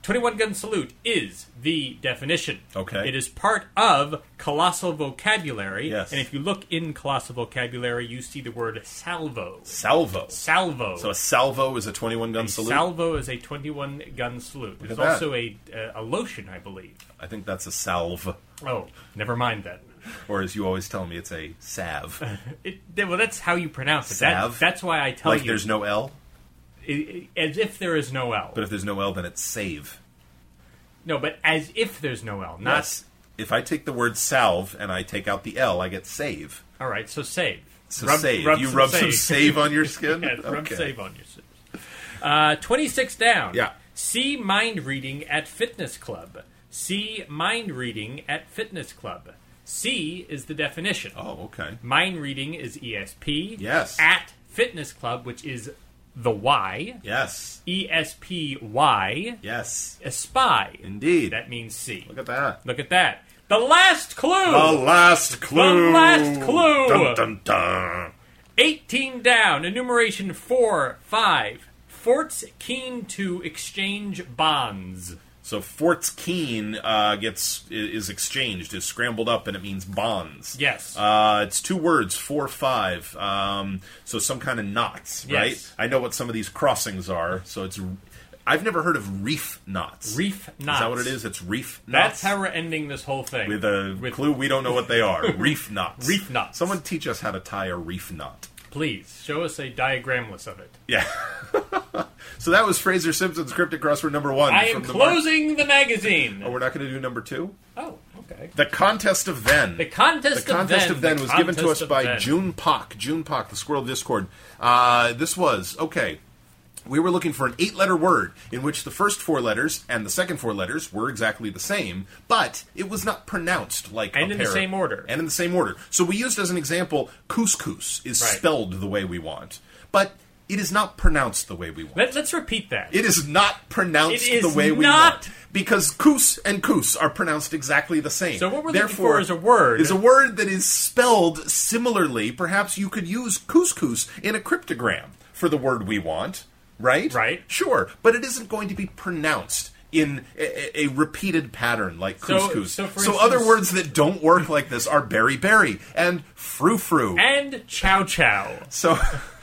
Speaker 1: 21 gun salute is the definition.
Speaker 2: Okay.
Speaker 1: It is part of colossal vocabulary.
Speaker 2: Yes.
Speaker 1: And if you look in colossal vocabulary, you see the word salvo.
Speaker 2: Salvo.
Speaker 1: Salvo.
Speaker 2: So a salvo is a 21 gun salute.
Speaker 1: Salvo is a 21 gun salute. There's
Speaker 2: at that.
Speaker 1: also a, uh, a lotion, I believe.
Speaker 2: I think that's a salve.
Speaker 1: Oh, never mind then.
Speaker 2: Or as you always tell me, it's a salve.
Speaker 1: It, th- well, that's how you pronounce it. That-
Speaker 2: Salve?
Speaker 1: that's why I tell
Speaker 2: like
Speaker 1: you.
Speaker 2: there's no L?
Speaker 1: i- i- as if there is no L.
Speaker 2: But if there's no L, then it's save.
Speaker 1: no, but as if there's no L. Not
Speaker 2: Yes. If I take the word salve and I take out the L, I get save.
Speaker 1: all right. So save.
Speaker 2: So save. you rub some save on your skin?
Speaker 1: yeah, rub
Speaker 2: Okay.
Speaker 1: save on your save. Uh, Twenty six down.
Speaker 2: Yeah.
Speaker 1: See mind reading at fitness club. See mind reading at fitness club. C is the definition.
Speaker 2: Oh, okay.
Speaker 1: Mind reading is ESP.
Speaker 2: Yes.
Speaker 1: At fitness club, which is the Y. E
Speaker 2: Yes.
Speaker 1: ESPY.
Speaker 2: Yes.
Speaker 1: A spy.
Speaker 2: Indeed.
Speaker 1: That means C.
Speaker 2: Look at that.
Speaker 1: Look at that. The last clue.
Speaker 2: The last clue.
Speaker 1: last clue.
Speaker 2: Dun, dun, dun.
Speaker 1: 18 down. Enumeration 4, 5. Forts keen to exchange bonds.
Speaker 2: So Fort's Keen uh, gets i- is exchanged, is scrambled up, and it means bonds.
Speaker 1: Yes.
Speaker 2: Uh, it's two words, four five. Um, so some kind of knots,
Speaker 1: Yes.
Speaker 2: right? I know what some of these crossings are. So it's I've never heard of reef knots.
Speaker 1: Reef knots.
Speaker 2: Is that what it is? It's reef
Speaker 1: That's
Speaker 2: knots.
Speaker 1: how we're ending this whole thing.
Speaker 2: with a
Speaker 1: With-
Speaker 2: clue we don't know what they are. reef knots.
Speaker 1: Reef knots.
Speaker 2: Someone teach us how to tie a reef knot.
Speaker 1: Please, show us a diagramless of it.
Speaker 2: Yeah. so that was Fraser Simpson's cryptic crossword number one.
Speaker 1: I am
Speaker 2: from the Mar-
Speaker 1: closing the magazine.
Speaker 2: oh, we're not going to do number two.
Speaker 1: Oh, okay.
Speaker 2: The contest of then.
Speaker 1: The contest,
Speaker 2: the contest
Speaker 1: of
Speaker 2: of
Speaker 1: then,
Speaker 2: then was given to us
Speaker 1: contest of
Speaker 2: by
Speaker 1: then.
Speaker 2: June Pock. June Pock, the Squirrel of Discord. Uh, this was okay. We were looking for an eight-letter word in which the first four letters and the second four letters were exactly the same, but it was not pronounced like
Speaker 1: And
Speaker 2: a
Speaker 1: in the
Speaker 2: pair-
Speaker 1: same order.
Speaker 2: And in the same order. So we used as an example, couscous is
Speaker 1: Right.
Speaker 2: spelled the way we want, but it is not pronounced the way we want.
Speaker 1: Let, us repeat that.
Speaker 2: It is not pronounced
Speaker 1: It is
Speaker 2: the way we
Speaker 1: not-
Speaker 2: want because "coos" and "coos" are pronounced exactly the same.
Speaker 1: So what we're looking
Speaker 2: Therefore,
Speaker 1: for is a word.
Speaker 2: Is a word that is spelled similarly. Perhaps you could use couscous in a cryptogram for the word we want, right?
Speaker 1: Right.
Speaker 2: Sure, but it isn't going to be pronounced in a, a- a repeated pattern like
Speaker 1: So-
Speaker 2: couscous.
Speaker 1: so for
Speaker 2: other
Speaker 1: instance-
Speaker 2: words that don't work like this are berry berry and frou frou.
Speaker 1: and Chow Chow.
Speaker 2: So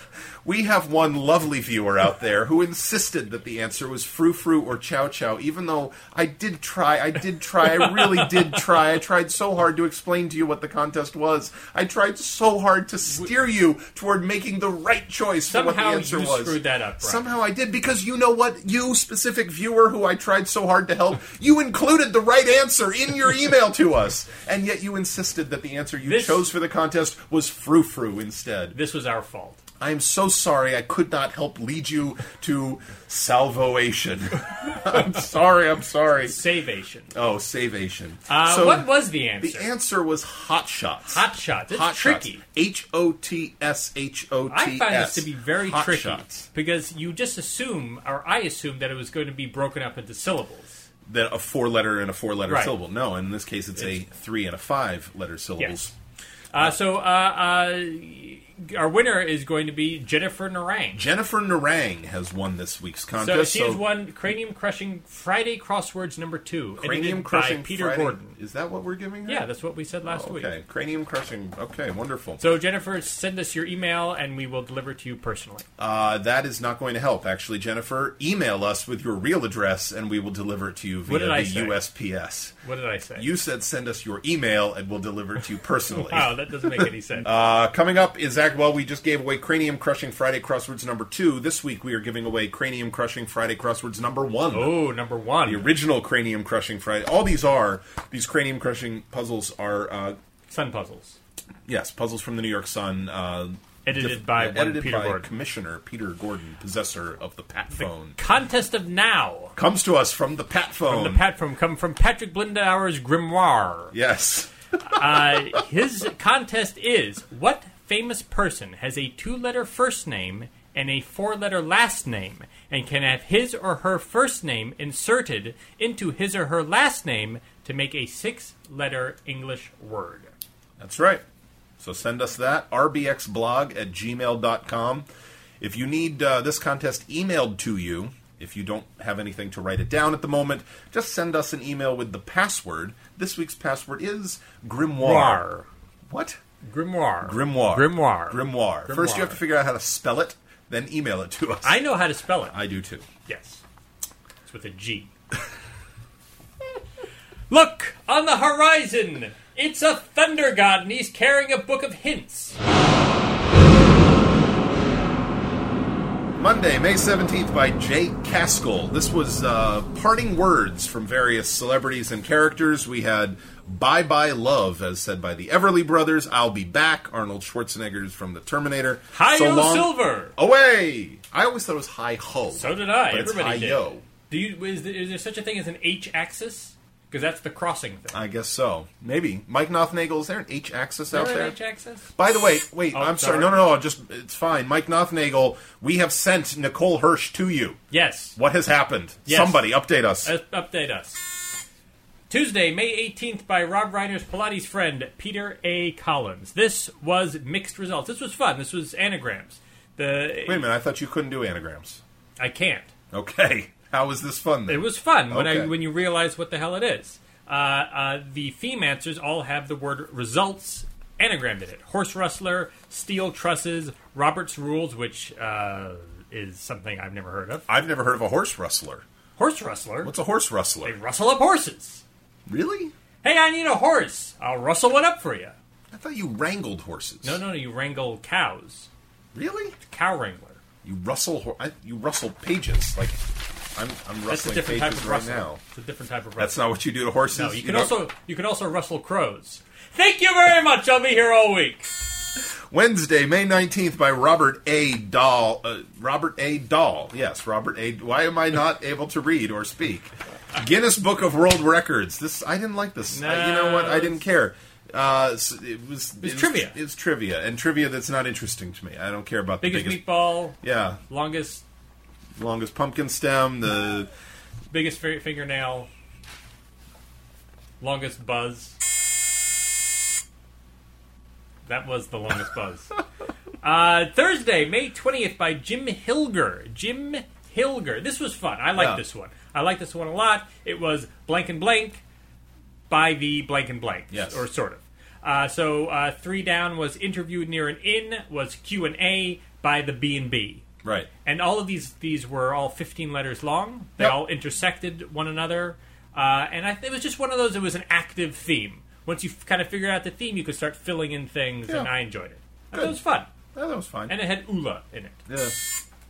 Speaker 2: we have one lovely viewer out there who insisted that the answer was frou frou or chow chow, even though I did try, I did try, I really did try. I tried so hard to explain to you what the contest was. I tried so hard to steer you toward making the right choice for what the
Speaker 1: Somehow
Speaker 2: answer
Speaker 1: you
Speaker 2: was.
Speaker 1: screwed that up, Brian.
Speaker 2: Somehow I did because you know what, you specific viewer who I tried so hard to help, you included the right answer in your email to us, and yet you insisted that the answer you
Speaker 1: This-
Speaker 2: chose for the contest was frou frou instead.
Speaker 1: This was our fault.
Speaker 2: I am so sorry I could not help lead you to salvation. I'm sorry, I'm sorry.
Speaker 1: Savation.
Speaker 2: Oh, salvation.
Speaker 1: Uh,
Speaker 2: so
Speaker 1: what was the answer?
Speaker 2: the answer was hot shots.
Speaker 1: Hot shots. It's
Speaker 2: Hot
Speaker 1: tricky.
Speaker 2: H O T S H O T S.
Speaker 1: I find this to be very
Speaker 2: Hot
Speaker 1: tricky
Speaker 2: shots.
Speaker 1: because you just assume, or I assume, that it was going to be broken up into syllables.
Speaker 2: That a four letter and a four letter
Speaker 1: Right.
Speaker 2: syllable. No, in this case it's, a three and a five letter syllables.
Speaker 1: Yes. Uh, so uh, uh, our winner is going to be Jennifer Narang.
Speaker 2: Jennifer Narang has won this week's
Speaker 1: So
Speaker 2: contest.
Speaker 1: she has won Cranium Crushing Friday Crosswords number two,
Speaker 2: Cranium
Speaker 1: edited
Speaker 2: crushing
Speaker 1: by Peter
Speaker 2: Friday-
Speaker 1: Gordon.
Speaker 2: Is that what we're giving her?
Speaker 1: Yeah, that's what we said last week.
Speaker 2: Okay, cranium crushing. Okay, wonderful.
Speaker 1: So Jennifer, send us your email and we will deliver to you personally.
Speaker 2: Uh, that is not going to help, actually, Jennifer. Email us with your real address, and we will deliver it to you via
Speaker 1: What did I
Speaker 2: the
Speaker 1: say?
Speaker 2: USPS.
Speaker 1: What did I say?
Speaker 2: You said send us your email, and we'll deliver it to you personally.
Speaker 1: wow, Oh, that doesn't make any sense.
Speaker 2: Uh, coming up is act. Well, we just gave away Cranium Crushing Friday Crosswords number two. This week we are giving away Cranium Crushing Friday Crosswords number one.
Speaker 1: oh, number one.
Speaker 2: The original Cranium Crushing Friday. All these are these Cranium Crushing puzzles are uh,
Speaker 1: Sun puzzles.
Speaker 2: yes puzzles from the New York Sun. Uh,
Speaker 1: Edited by one
Speaker 2: edited
Speaker 1: Peter
Speaker 2: by
Speaker 1: Gordon.
Speaker 2: Commissioner Peter Gordon, possessor of the Pat phone.
Speaker 1: Contest of now.
Speaker 2: comes to us from the Pat phone.
Speaker 1: The pat from come from Patrick Blindauer's grimoire.
Speaker 2: yes.
Speaker 1: Uh, his contest is what famous person has a two-letter first name and a four-letter last name, and can have his or her first name inserted into his or her last name to make a six-letter English word.
Speaker 2: That's right. So send us that, rbxblog at gmail.com. If you need uh, this contest emailed to you, if you don't have anything to write it down at the moment, just send us an email with the password. This week's password is
Speaker 1: Grimoire.
Speaker 2: Grimoire. What?
Speaker 1: Grimoire.
Speaker 2: Grimoire.
Speaker 1: Grimoire.
Speaker 2: Grimoire. First, you have to
Speaker 1: Grimoire.
Speaker 2: figure out how to spell it, then email it to us.
Speaker 1: I know how to spell it.
Speaker 2: I do too.
Speaker 1: Yes. It's with a G. Look on the horizon! It's a thunder god and he's carrying a book of hints.
Speaker 2: Monday, May 17th, by Jay Caskell. This was uh, parting words from various celebrities and characters. We had Bye Bye Love, as said by the Everly Brothers, I'll Be Back, Arnold Schwarzenegger's from The Terminator.
Speaker 1: Hi,
Speaker 2: So long-
Speaker 1: Silver.
Speaker 2: Away! I always thought it was Hi Ho.
Speaker 1: So did I.
Speaker 2: But it's
Speaker 1: Everybody did.
Speaker 2: Hi-Yo.
Speaker 1: Do you is there, is there such a thing as an H axis? Because that's the crossing thing.
Speaker 2: I guess so. Maybe. Mike Nothnagel, is there an H axis out
Speaker 1: Is
Speaker 2: there?
Speaker 1: there an H axis?
Speaker 2: By the way, wait,
Speaker 1: Oh,
Speaker 2: I'm
Speaker 1: sorry.
Speaker 2: sorry. No, no, no. Just it's fine. Mike Nothnagel, we have sent Nicole Hirsch to you.
Speaker 1: Yes.
Speaker 2: What has happened?
Speaker 1: Yes.
Speaker 2: Somebody update us.
Speaker 1: Uh, update us. Tuesday, May 18th, by Rob Reiner's Pilates friend, Peter A. Collins. This was mixed results. This was fun. This was anagrams. The
Speaker 2: Wait a minute. I thought you couldn't do anagrams.
Speaker 1: I can't.
Speaker 2: Okay. How is this fun?
Speaker 1: It
Speaker 2: Then?
Speaker 1: was fun when I
Speaker 2: Okay.
Speaker 1: when you realize what the hell it is. Uh, uh, the theme answers all have the word results anagrammed in it. Horse rustler, steel trusses, Robert's rules, which uh, is something I've never heard of.
Speaker 2: I've never heard of a horse rustler.
Speaker 1: Horse rustler.
Speaker 2: What's a horse
Speaker 1: they
Speaker 2: rustler?
Speaker 1: rustle up horses.
Speaker 2: Really?
Speaker 1: Hey, I need a horse. I'll rustle one up for you.
Speaker 2: I thought you wrangled horses.
Speaker 1: No, no, no. You wrangle cows.
Speaker 2: Really?
Speaker 1: Cow wrangler.
Speaker 2: You rustle. Hor- I, you rustle pages. Like I'm. I'm
Speaker 1: That's a
Speaker 2: rustling
Speaker 1: different
Speaker 2: pages
Speaker 1: type of
Speaker 2: right
Speaker 1: rustle.
Speaker 2: now.
Speaker 1: It's a different type of rustle.
Speaker 2: That's not what you do to horses.
Speaker 1: no, you can
Speaker 2: don't-
Speaker 1: also you can also rustle crows. Thank you very much. I'll be here all week.
Speaker 2: Wednesday, May 19th by Robert A. Dahl. Uh, Robert A. Dahl. Yes, Robert A. Why am I not able to read or speak? Guinness Book of World Records. This I didn't like this. I- you know what? I didn't care. Uh, s- it was it was
Speaker 1: trivia.
Speaker 2: It's trivia and trivia that's not interesting to me. I don't care about
Speaker 1: Biggest,
Speaker 2: the biggest.
Speaker 1: meatball.
Speaker 2: Yeah,
Speaker 1: Longest,
Speaker 2: longest pumpkin stem. The
Speaker 1: biggest fi- fingernail. Longest buzz. That was the longest buzz. Uh, Thursday, May 20th, by Jim Hilger. Jim Hilger. This was fun. I like
Speaker 2: Yeah.
Speaker 1: this one. I like this one a lot. It was blank and blank by the blank and blank.
Speaker 2: Yes.
Speaker 1: Or sort of. Uh, so uh, three down was interviewed near an inn was Q and A by the B and B.
Speaker 2: right.
Speaker 1: and all of these these were all 15 letters long they
Speaker 2: Yep.
Speaker 1: all intersected one another uh, and I, it was just one of those it was an active theme once you f- kind of figured out the theme you could start filling in things and
Speaker 2: Yeah.
Speaker 1: i enjoyed it I thought it was fun
Speaker 2: Oh, that was fine.
Speaker 1: and it had ula in it
Speaker 2: Yeah.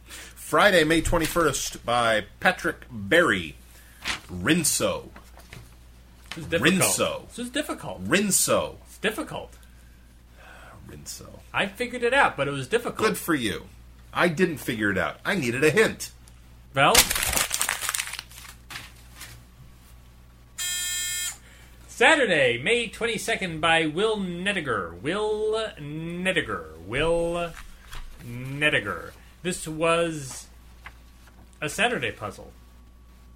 Speaker 2: Friday, May 21st by Patrick Berry. Rinso.
Speaker 1: it was difficult
Speaker 2: Rinso.
Speaker 1: this was difficult
Speaker 2: Rinso.
Speaker 1: it's difficult
Speaker 2: Rinso.
Speaker 1: i figured it out but it was difficult
Speaker 2: Good for you. I didn't figure it out. I needed a hint.
Speaker 1: well Saturday, May 22nd, by Will Nettiger. Will Nettiger. Will Nettiger. This was a Saturday puzzle.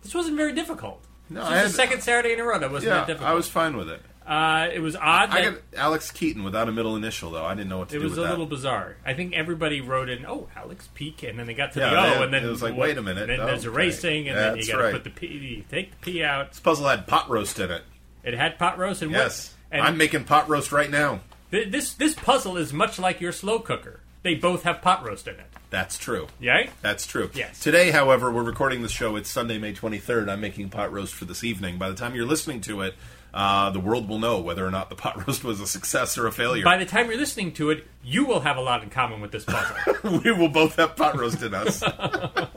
Speaker 1: This wasn't very difficult.
Speaker 2: No,
Speaker 1: this
Speaker 2: I
Speaker 1: was
Speaker 2: had-
Speaker 1: the second Saturday in a row that wasn't
Speaker 2: Yeah,
Speaker 1: that difficult.
Speaker 2: I was fine with it.
Speaker 1: uh, it was odd.
Speaker 2: I
Speaker 1: that-
Speaker 2: got Alex Keaton without a middle initial, though. I didn't know what to
Speaker 1: it
Speaker 2: do
Speaker 1: was
Speaker 2: with
Speaker 1: a
Speaker 2: that.
Speaker 1: little bizarre. I think everybody wrote in, "Oh, Alex Peak," and then they got to
Speaker 2: Yeah,
Speaker 1: the O,
Speaker 2: then
Speaker 1: and then
Speaker 2: it was like,
Speaker 1: what-
Speaker 2: wait a minute,
Speaker 1: Then there's
Speaker 2: okay.
Speaker 1: erasing, and then you
Speaker 2: That's
Speaker 1: got to
Speaker 2: right.
Speaker 1: put the P, you take the P out.
Speaker 2: this puzzle had pot roast in it.
Speaker 1: It had pot roast and
Speaker 2: Yes.
Speaker 1: what? And
Speaker 2: I'm making pot roast right now.
Speaker 1: th- this this puzzle is much like your slow cooker. They both have pot roast in it.
Speaker 2: That's true.
Speaker 1: Yeah.
Speaker 2: That's true.
Speaker 1: Yes.
Speaker 2: Today, however, we're recording the show. It's Sunday, May 23rd. I'm making pot roast for this evening. By the time you're listening to it, uh, the world will know whether or not the pot roast was a success or a failure.
Speaker 1: By the time you're listening to it, you will have a lot in common with this puzzle.
Speaker 2: we will both have pot roast in us.
Speaker 1: uh,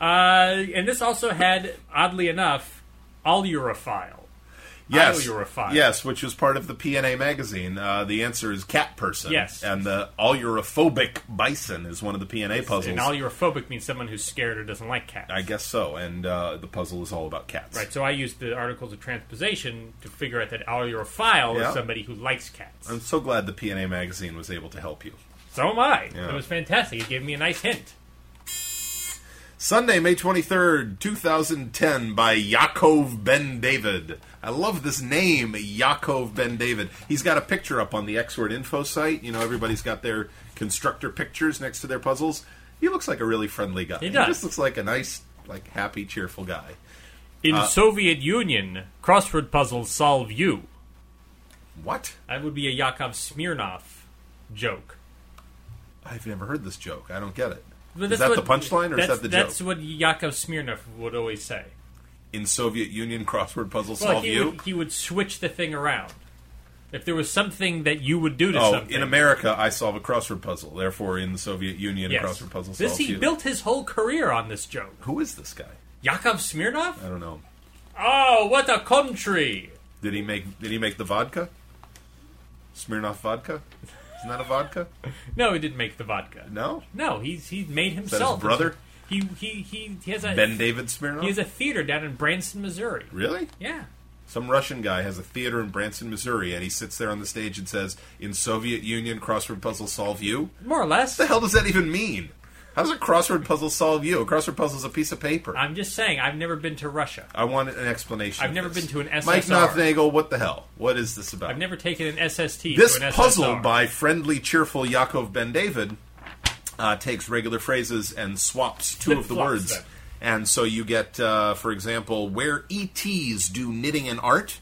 Speaker 1: and this also had, oddly enough, all Europhile.
Speaker 2: Yes,
Speaker 1: Iowa Europhile.
Speaker 2: Yes, which was part of the PNA magazine. Uh, the answer is cat person.
Speaker 1: Yes.
Speaker 2: and the all Europhobic bison is one of the PNA puzzles.
Speaker 1: And all Europhobic means someone who's scared or doesn't like cats.
Speaker 2: I guess so. And uh, the puzzle is all about cats.
Speaker 1: Right, so I used the articles of transposition to figure out that all Europhile
Speaker 2: Yeah.
Speaker 1: is somebody who likes cats.
Speaker 2: I'm so glad the PNA magazine was able to help you.
Speaker 1: so am I.
Speaker 2: Yeah.
Speaker 1: It was fantastic. It gave me a nice hint.
Speaker 2: Sunday, May 23rd, 2010, by Yaakov Ben David. I love this name, Yaakov Ben David. He's got a picture up on the X Word info site. You know, everybody's got their constructor pictures next to their puzzles. He looks like a really friendly guy. He,
Speaker 1: does.
Speaker 2: just looks like a nice, like happy, cheerful guy.
Speaker 1: In
Speaker 2: Uh,
Speaker 1: Soviet Union, crossword puzzles solve you.
Speaker 2: What?
Speaker 1: That would be a Yakov Smirnov joke.
Speaker 2: I've never heard this joke. I don't get it.
Speaker 1: But
Speaker 2: Is
Speaker 1: that's
Speaker 2: that
Speaker 1: what-
Speaker 2: the punchline or is
Speaker 1: that's-
Speaker 2: that the
Speaker 1: That's
Speaker 2: joke?
Speaker 1: what Yakov Smirnov would always say.
Speaker 2: In Soviet Union crossword puzzle
Speaker 1: Well,
Speaker 2: solve
Speaker 1: he
Speaker 2: you?
Speaker 1: Would, he would switch the thing around. If there was something that you would do to
Speaker 2: Oh,
Speaker 1: something.
Speaker 2: in America, I solve a crossword puzzle. Therefore, in the Soviet Union,
Speaker 1: Yes.
Speaker 2: a crossword puzzle
Speaker 1: This
Speaker 2: solves
Speaker 1: he
Speaker 2: you.
Speaker 1: built his whole career on this joke.
Speaker 2: Who is this guy?
Speaker 1: Yakov Smirnov?
Speaker 2: I don't know.
Speaker 1: Oh, what a country!
Speaker 2: Did he make? Did he make the vodka? Smirnoff vodka? Isn't that a vodka?
Speaker 1: No, he didn't make the vodka.
Speaker 2: No.
Speaker 1: No, he's he made himself.
Speaker 2: brother?
Speaker 1: He he he, he has a
Speaker 2: Ben David Smirnoff.
Speaker 1: he has a theater down in Branson, Missouri.
Speaker 2: really?
Speaker 1: Yeah.
Speaker 2: Some Russian guy has a theater in Branson, Missouri, and he sits there on the stage and says, "In Soviet Union, crossword puzzle solve you."
Speaker 1: More or less.
Speaker 2: What the hell does that even mean? How does a crossword puzzle solve you? A crossword puzzle is a piece of paper.
Speaker 1: I'm just saying, I've never been to Russia.
Speaker 2: I want an explanation.
Speaker 1: I've
Speaker 2: of
Speaker 1: never
Speaker 2: this.
Speaker 1: been to an
Speaker 2: Mike
Speaker 1: SSR.
Speaker 2: Nothnagel, what the hell? What is this about?
Speaker 1: I've never taken an SST.
Speaker 2: this
Speaker 1: to an
Speaker 2: puzzle
Speaker 1: SSR.
Speaker 2: by friendly, cheerful Yaakov Ben David uh, takes regular phrases and swaps two of the
Speaker 1: Flip-flops
Speaker 2: words.
Speaker 1: them.
Speaker 2: And so you get, uh, for example, where ETs do knitting and art,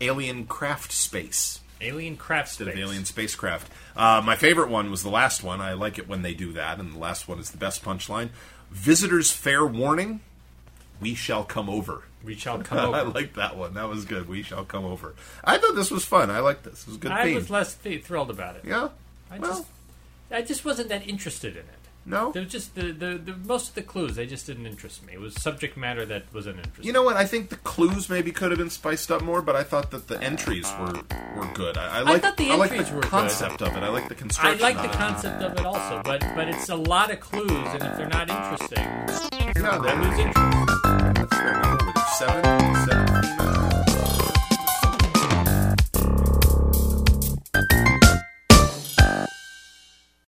Speaker 2: alien craft space
Speaker 1: Alien Craft Space.
Speaker 2: of alien spacecraft. Uh, my favorite one was the last one. I like it when they do that, and the last one is the best punchline. Visitors, fair warning: we shall come over.
Speaker 1: We shall come over.
Speaker 2: I like that one. That was good. We shall come over. I thought this was fun. I like this. It was a good
Speaker 1: I
Speaker 2: theme.
Speaker 1: was less th- thrilled about it.
Speaker 2: yeah.
Speaker 1: I
Speaker 2: well,
Speaker 1: just, I just wasn't that interested in it.
Speaker 2: no.
Speaker 1: They're just the, the, the most of the clues. They just didn't interest me. It was subject matter that wasn't interesting.
Speaker 2: You know what? I think the clues maybe could have been spiced up more, but I thought that the entries were were good. I, I like
Speaker 1: thought the
Speaker 2: I like
Speaker 1: entries
Speaker 2: the
Speaker 1: were good.
Speaker 2: concept of it. I like the
Speaker 1: I
Speaker 2: construction.
Speaker 1: like the
Speaker 2: of it.
Speaker 1: concept of it also, but but it's a lot of clues, and if they're not interesting, I
Speaker 2: Yeah, that
Speaker 1: lose
Speaker 2: was
Speaker 1: interest.
Speaker 2: That's fair. What were there, Seven, seven females?